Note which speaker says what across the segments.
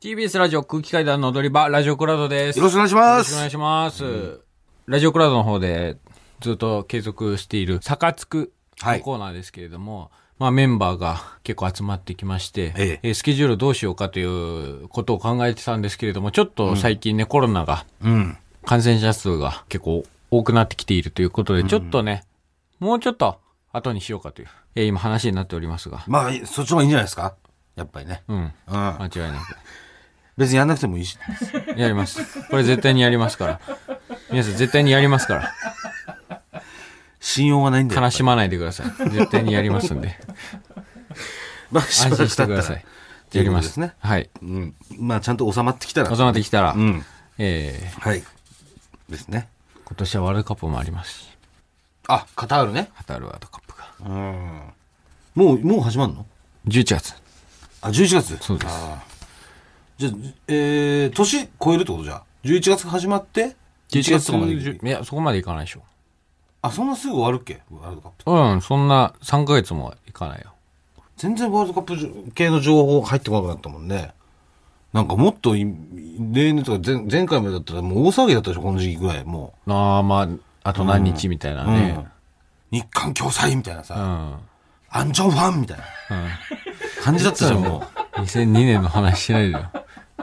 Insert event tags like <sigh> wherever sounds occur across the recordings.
Speaker 1: TBS ラジオ空気階段の踊り場、ラジオクラウドです。
Speaker 2: よろしくお願いし
Speaker 1: よ
Speaker 2: ま
Speaker 1: ろしくお願
Speaker 2: す。
Speaker 1: いします。ラジオクラウドの方でずっと継続している、サカツク
Speaker 2: は
Speaker 1: の
Speaker 2: い
Speaker 1: コーナーですけれども、まあメンバーが結構集まってきまして、
Speaker 2: ええ
Speaker 1: えースケジュールどうしようかということを考えてたんですけれども、ちょっと最近ね、コロナが、
Speaker 2: うん。
Speaker 1: 感染者数が結構多くなってきているということで、ちょっとね、もうちょっと後にしようかという、えー今話になっておりますが、
Speaker 2: まあ、そっちの方がいいんじゃないですかやっぱりね。
Speaker 1: うん、
Speaker 2: うん。
Speaker 1: 間違いなく。
Speaker 2: 別にやんなくてもいいし。
Speaker 1: やります。これ絶対にやりますから。皆さん絶対にやりますから。
Speaker 2: 信用がないんだよ。
Speaker 1: 悲しまないでください。絶対にやりますんで。
Speaker 2: <laughs> まあ、し
Speaker 1: 安
Speaker 2: ば
Speaker 1: 心
Speaker 2: らく
Speaker 1: して
Speaker 2: 経
Speaker 1: く
Speaker 2: っ
Speaker 1: だ
Speaker 2: た
Speaker 1: さ
Speaker 2: ら
Speaker 1: い。。やりま。
Speaker 2: ということですすね
Speaker 1: はい。
Speaker 2: うん。まあ、ちゃんと収まってきたら。
Speaker 1: 収まってきたら、
Speaker 2: うん。
Speaker 1: えー
Speaker 2: はい。ですね。
Speaker 1: 今年はワールドカップもありますし、
Speaker 2: あ、カタールね。
Speaker 1: カタールワールドカップが。
Speaker 2: うん。もう、もう始まるの
Speaker 1: 11月。
Speaker 2: あ、11月。
Speaker 1: そうです
Speaker 2: あー。じゃあ、えー、年超えるってことじゃあ。11月始まって、1月とかまで行く
Speaker 1: いや、そこまでいかないでしょ。
Speaker 2: あ、そんなすぐ終わるっけワールドカップ。
Speaker 1: うん、そんな3ヶ月もいかないよ。
Speaker 2: 全然ワールドカップ系の情報入ってこなくなったもんね。なんかもっとい、例年とか前前回までだったらもう大騒ぎだったでしょ、この時期ぐらい。も
Speaker 1: ああ、まあ、あと何日みたいな
Speaker 2: う。うん
Speaker 1: ね。
Speaker 2: 日韓共催みたいな
Speaker 1: うん。う
Speaker 2: さ、
Speaker 1: ん。
Speaker 2: アンジョンファンみたいな感じだったじゃん、もう。
Speaker 1: 2002年の話しないでよ。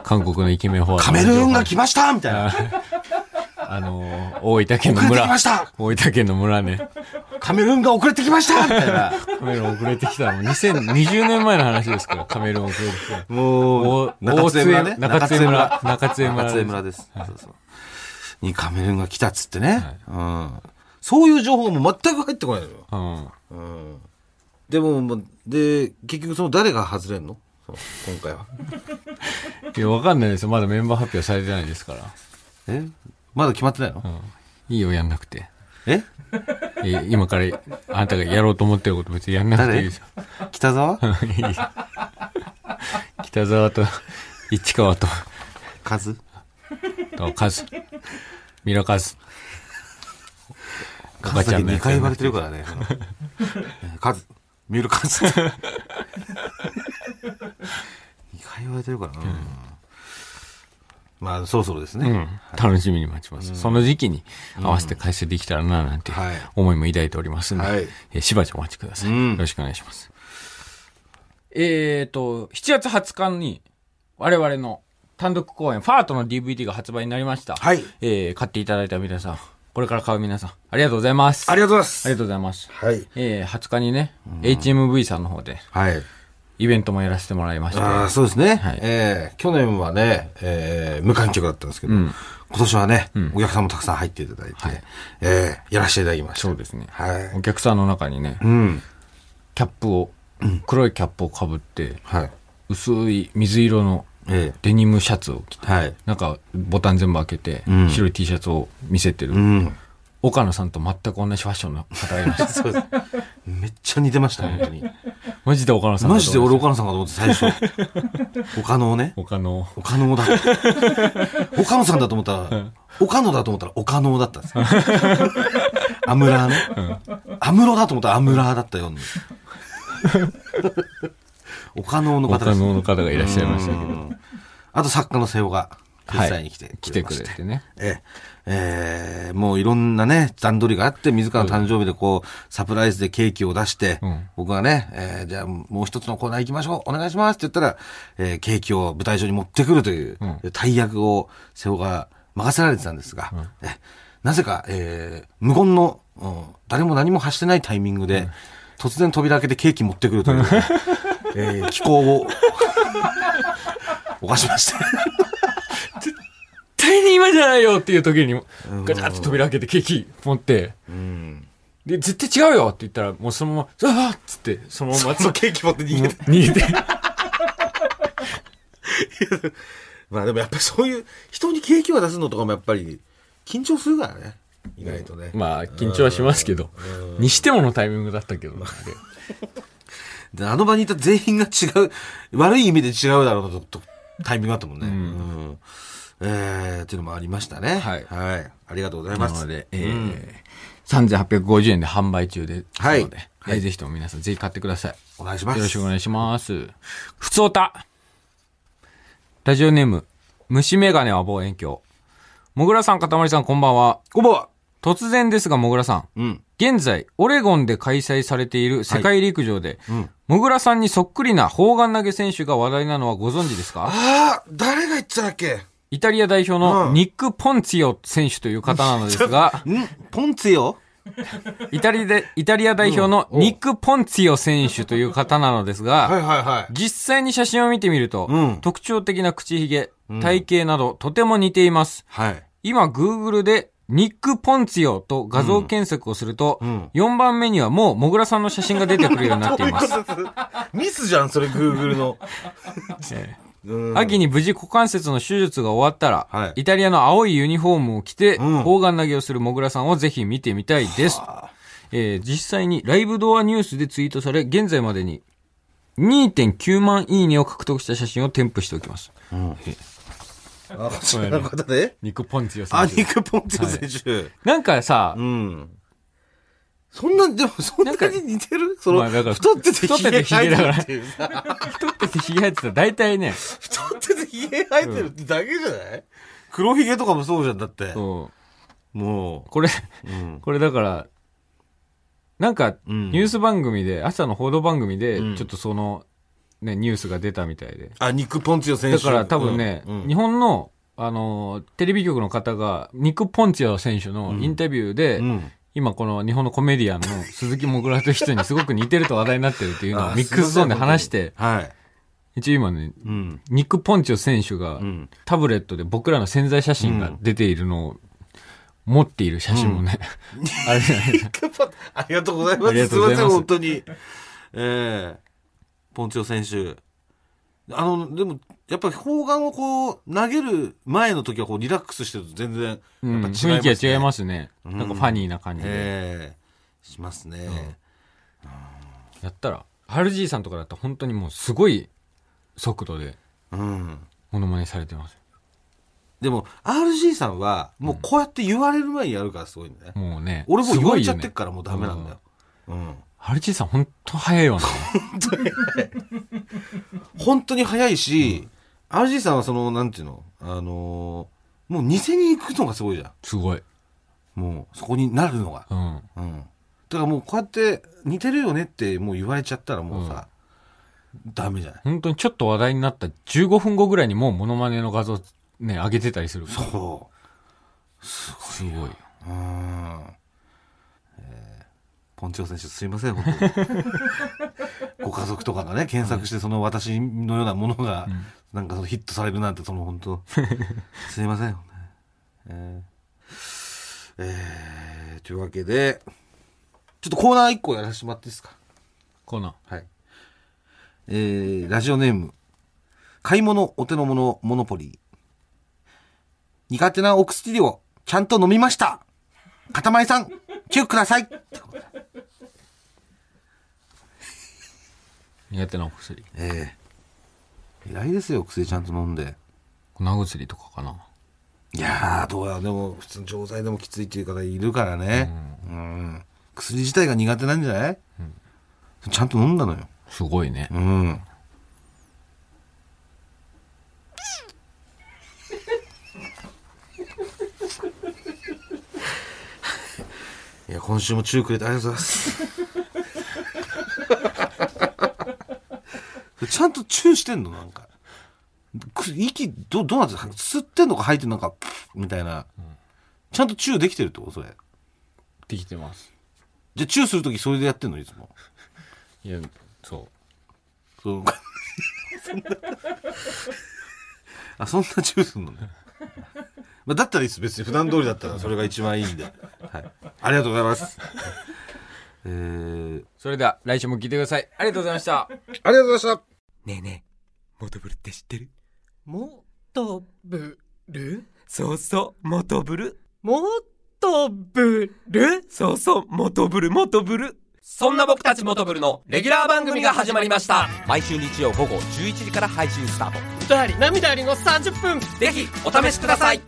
Speaker 1: 韓国のイケメンフォワード。
Speaker 2: カメルーンが来ましたみたいな。
Speaker 1: あのー、大分県の
Speaker 2: 遅れてきま
Speaker 1: 村
Speaker 2: し。た
Speaker 1: 大分県の村ね。
Speaker 2: カメルーンが遅れてきましたみたいな。
Speaker 1: カメルーン遅れてきたの。2020年前の話ですから、カメルーン遅れてきた。
Speaker 2: も
Speaker 1: お、
Speaker 2: う
Speaker 1: 大津江中津江村中
Speaker 2: 中津
Speaker 1: 津
Speaker 2: 江
Speaker 1: 江
Speaker 2: 村。
Speaker 1: 村
Speaker 2: 中津江村です。そうそう。にカメルーンが来たっつってね。うん。そういう情報も全く入ってこないのよ。
Speaker 1: うん。
Speaker 2: うんでも、まで、結局その誰が外れんのその今回は。
Speaker 1: いや、わかんないですよ。まだメンバー発表されてないですから。
Speaker 2: えまだ決まってないの、
Speaker 1: うん。いいよ、やんなくて。
Speaker 2: え
Speaker 1: え今から、あなたがやろうと思ってること別にやんなくていいですよ。 <laughs>
Speaker 2: 北沢
Speaker 1: いい北沢と、市川と、
Speaker 2: カズ
Speaker 1: と、カズ。ミラカズ。お
Speaker 2: カズだけ2回言われてる
Speaker 1: か
Speaker 2: からね。そのカズ。ミュールカ
Speaker 1: <laughs>
Speaker 2: ズ。2回言われてるからな。まあ、そろそろですね。
Speaker 1: うん。楽しみに待ちます。その時期に合わせて解説できたらな、なんて
Speaker 2: はい
Speaker 1: 思いも抱いておりますので、
Speaker 2: はい
Speaker 1: えーしばらくお待ちください。
Speaker 2: うん
Speaker 1: よろしくお願いします。えーと、7月20日に我々の単独公演、ファートの DVD が発売になりました。
Speaker 2: はい
Speaker 1: えー買っていただいた皆さん、これから買う皆さん、ありがとうございます。
Speaker 2: ありがとうございます。
Speaker 1: ありがとうございます。
Speaker 2: はい。
Speaker 1: えー、20日にね、HMV さんの方で
Speaker 2: はい。
Speaker 1: イベントもやらせてもらいまして、
Speaker 2: ああ、そうですね。
Speaker 1: はい
Speaker 2: ええ去年はね、ええ無観客だったんですけど、
Speaker 1: ん
Speaker 2: 今年はね、お客さんもたくさん入っていただいて、
Speaker 1: はい
Speaker 2: ええやらせていただきました。
Speaker 1: そうですね、
Speaker 2: はい
Speaker 1: お客さんの中にね、
Speaker 2: うん。
Speaker 1: キャップを、黒いキャップをかぶって、
Speaker 2: はい。
Speaker 1: 薄い水色の
Speaker 2: え
Speaker 1: デニムシャツを着て、
Speaker 2: えはい。
Speaker 1: なんかボタン全部開けて、
Speaker 2: うん
Speaker 1: 白い T シャツを見せてる、 <laughs>
Speaker 2: うん。
Speaker 1: 岡野さんと全く同じファッションの方がいました。
Speaker 2: そうです。めっちゃ似てました、本当に。
Speaker 1: <laughs> マジで岡野さんだ
Speaker 2: マ
Speaker 1: と
Speaker 2: ジで
Speaker 1: 思い
Speaker 2: 俺
Speaker 1: ま
Speaker 2: 岡野さんかと思って最初。岡野をね。
Speaker 1: した岡野。
Speaker 2: 岡
Speaker 1: <laughs>
Speaker 2: 野だ。岡野さんだと思ったら、岡野だと思ったら岡野だったんですよ。アムラーね。アムロだと思ったらアムラーだっ
Speaker 1: <laughs>
Speaker 2: たように。岡野の方です
Speaker 1: 岡野の方がいらっしゃいましたけど
Speaker 2: うんあと作家の瀬尾が、実際に来て
Speaker 1: 来て
Speaker 2: くれま
Speaker 1: く
Speaker 2: し
Speaker 1: れ
Speaker 2: て。
Speaker 1: てね。
Speaker 2: ええええもういろんなね、段取りがあって、自らの誕生日でこう、サプライズでケーキを出して、
Speaker 1: ん
Speaker 2: 僕がね、ええじゃあもう一つのコーナー行きましょう、お願いしますって言ったら、ええケーキを舞台上に持ってくるという、大役を瀬尾が任せられてたんですが、ええなぜか、ええ無言の、うん誰も何も発してないタイミングで、突然扉開けてケーキ持ってくると <laughs> いう、ええ気候を、 <laughs> 犯しまして。
Speaker 1: 絶対に今じゃないよっていう時に、ガチャッと扉開けてケーキ持って、
Speaker 2: うん。
Speaker 1: で、絶対違うよって言ったら、もうそのまま、うわーっつって、そのまま、
Speaker 2: ケーキ持って逃げて。
Speaker 1: <laughs> 逃げて。
Speaker 2: <laughs> まあでもやっぱりそういう人に景気を出すのとかもやっぱり緊張するからね意外とね、
Speaker 1: まあ、緊張はしますけど、にしてものタイミングだったけどな、あれ
Speaker 2: であの場にいた全員が違う悪い意味で違うだろうなととタイミングだったもんね、うんえー、っていうのもありましたね
Speaker 1: はい
Speaker 2: ありがとうござい
Speaker 1: な
Speaker 2: ます
Speaker 1: ので、えー3850円で販売中ですので、
Speaker 2: はい
Speaker 1: えーぜひとも皆さん、ぜひ買ってください。
Speaker 2: お願いします
Speaker 1: よろしくお願いします。ふつおた。ラジオネーム、虫眼鏡は望遠鏡。もぐらさん、かたまりさん、こんばんは。
Speaker 2: こんばんは。
Speaker 1: 突然ですが、もぐらさん。
Speaker 2: うん。
Speaker 1: 現在、オレゴンで開催されている世界陸上で、
Speaker 2: うん
Speaker 1: もぐらさんにそっくりな砲丸投げ選手が話題なのはご存知ですか
Speaker 2: ああ、誰が言ってたっけ
Speaker 1: イタリア代表
Speaker 2: う
Speaker 1: の
Speaker 2: ん
Speaker 1: ニック・ポンツィオ選手という方なのですが、
Speaker 2: んポンツよ
Speaker 1: イタリアで、イタリア代表のニック・ポンツィオ選手という方なのですが、
Speaker 2: はいはいはい。
Speaker 1: 実際に写真を見てみると、
Speaker 2: うん
Speaker 1: 特徴的な口ひげ、体型などとても似ています。
Speaker 2: はい。
Speaker 1: 今、Google でニック・ポンツィオと画像検索をすると、
Speaker 2: ん
Speaker 1: 4番目にはもうもぐらさんの写真が出てくるようになっています。
Speaker 2: ミスじゃん、それ、グーグルの。 <laughs>
Speaker 1: ええ
Speaker 2: うん
Speaker 1: 秋に無事股関節の手術が終わったら、
Speaker 2: はい
Speaker 1: イタリアの青いユニフォームを着て、
Speaker 2: うん
Speaker 1: 砲丸投げをするもぐらさんをぜひ見てみたいです。えー実際にライブドアニュースでツイートされ、現在までに2.9万いいねを獲得した写真を添付しておきます。
Speaker 2: あ、そういうことで。
Speaker 1: ニック・ポンツィオ
Speaker 2: あ、ニック・ポンツィオ選手。
Speaker 1: なんかさ、
Speaker 2: うん。そんな、でも、そんな
Speaker 1: なんか
Speaker 2: に似てるその、
Speaker 1: まあだから
Speaker 2: 太ってて
Speaker 1: 太ってて
Speaker 2: ヒゲ生えてるっていうさ。
Speaker 1: 太っててひげ生えてたら大体ね、
Speaker 2: 太っててヒゲ生えてるってだけじゃない黒ヒゲとかもそうじゃん、だって。
Speaker 1: そう
Speaker 2: も
Speaker 1: これ、
Speaker 2: う。うん。
Speaker 1: これだから、なんか、
Speaker 2: うん
Speaker 1: ニュース番組で、朝の報道番組で
Speaker 2: う、ん
Speaker 1: ちょっとその、ね、ニュースが出たみたいで。
Speaker 2: あ、ニック・ポンツィオ選
Speaker 1: だ
Speaker 2: 手。
Speaker 1: から多分ね、
Speaker 2: うんうん
Speaker 1: 日本の、あのー、テレビ局の方が、ニック・ポンチア選手のインタビューで、
Speaker 2: うん
Speaker 1: 今この日本のコメディアンの鈴木もぐらという人にすごく似てると話題になってるっていうのを
Speaker 2: あ
Speaker 1: ミックスゾーンで話して、
Speaker 2: はい。
Speaker 1: 一応今ね、
Speaker 2: うん。
Speaker 1: ニック・ポンチオ選手が
Speaker 2: ん
Speaker 1: タブレットで僕らの潜在写真が出ているのを持っている写真もね、あれじゃないですか
Speaker 2: やっぱ <laughs> ありがとうございま
Speaker 1: あり
Speaker 2: す。
Speaker 1: が
Speaker 2: す
Speaker 1: とう
Speaker 2: い
Speaker 1: ご
Speaker 2: ま
Speaker 1: ざい
Speaker 2: せ
Speaker 1: ます
Speaker 2: ん、本当に。ええポンチョ選手。あの、でも、やっぱり砲丸をこう、投げる前の時はこう、リラックスしてると全然、やっぱ
Speaker 1: う
Speaker 2: 違い
Speaker 1: ん
Speaker 2: ます、ね
Speaker 1: 雰囲気が違い
Speaker 2: す。
Speaker 1: ますね。なんかファニーな感じで。
Speaker 2: ええしますね。
Speaker 1: やったら、ハルジーさんとかだったら本当にもうすごい速度で
Speaker 2: うん。
Speaker 1: モノマネされてます。
Speaker 2: でも、RG さんは、もうこうやって言われる前にやるからすごいんだね。
Speaker 1: もうね。
Speaker 2: 俺もう
Speaker 1: す
Speaker 2: 言わ
Speaker 1: ご
Speaker 2: れ
Speaker 1: い
Speaker 2: ちゃ
Speaker 1: よ
Speaker 2: って
Speaker 1: ね
Speaker 2: っからもうダメなんだよ。うん。
Speaker 1: ハルジーさん本当早いわね。
Speaker 2: 本当に早いし、RG さんはその、なんていうの、あのーもう偽に行くのがすごいじゃん。
Speaker 1: すごい。
Speaker 2: もうそこになるのが。
Speaker 1: うん。
Speaker 2: うん。だからもうこうやって似てるよねってもう言われちゃったらもうさ、ダメじゃない。
Speaker 1: 本当にちょっと話題になった15分後ぐらいにもうモノマネの画像ね、上げてたりする。す
Speaker 2: そ
Speaker 1: ごいよ。
Speaker 2: う。うん。えーポンチョ選手すいません、本当に <laughs> ご家族とかがね、検索してその私のようなものが、なんかそのヒットされるなんて、その本当、すいません、本当にえーえーというわけで、ちょっとコーナー1個やらせてもらっていいですか
Speaker 1: こんなん。
Speaker 2: はい。えー、ラジオネーム。買い物お手の物モノポリー。苦手なお薬をちゃんと飲みました。かたまりさん、チューください。
Speaker 1: 苦手なお薬。
Speaker 2: ええ偉いですよ、薬ちゃんと飲んで。
Speaker 1: 粉薬とかかな。
Speaker 2: いやー、どうや、でも、普通の錠剤でもきついっていう方いるからね。うん。薬自体が苦手なんじゃない、ちゃんと飲んだのよ。
Speaker 1: すごいね。
Speaker 2: うん。いや、今週もチューくれてありがとうございます。 <laughs> ちゃんとチューしてんのなんか。く息、ど、どうなってる吸ってんのか吐いてんのか、プッみたいな。ちゃんとチューできてるってことそれ。
Speaker 1: できてます。
Speaker 2: じゃあチューするときそれでやってんのいつも。
Speaker 1: いや、そ
Speaker 2: そう <laughs> そんな <laughs> あ、そんなチューすんのね。 <laughs> まあ、だったらいいです。別に普段通りだったらそれが一番いいんで。はい。ありがとうございます。えー、
Speaker 1: う。それでは、来週も聞いてください。ありがとうございました。
Speaker 2: ありがとうございました。
Speaker 3: ねえねえ、モトブルって知ってる
Speaker 4: もとぶる
Speaker 3: そうそう、モトブル。
Speaker 4: もとぶる
Speaker 3: そうそう、モトブル、モトブル。そんな僕たちモトブルのレギュラー番組が始まりました。毎週日曜午後11時から配信スタート。
Speaker 4: 歌あり涙ありの30分
Speaker 3: ぜひ、お試しください。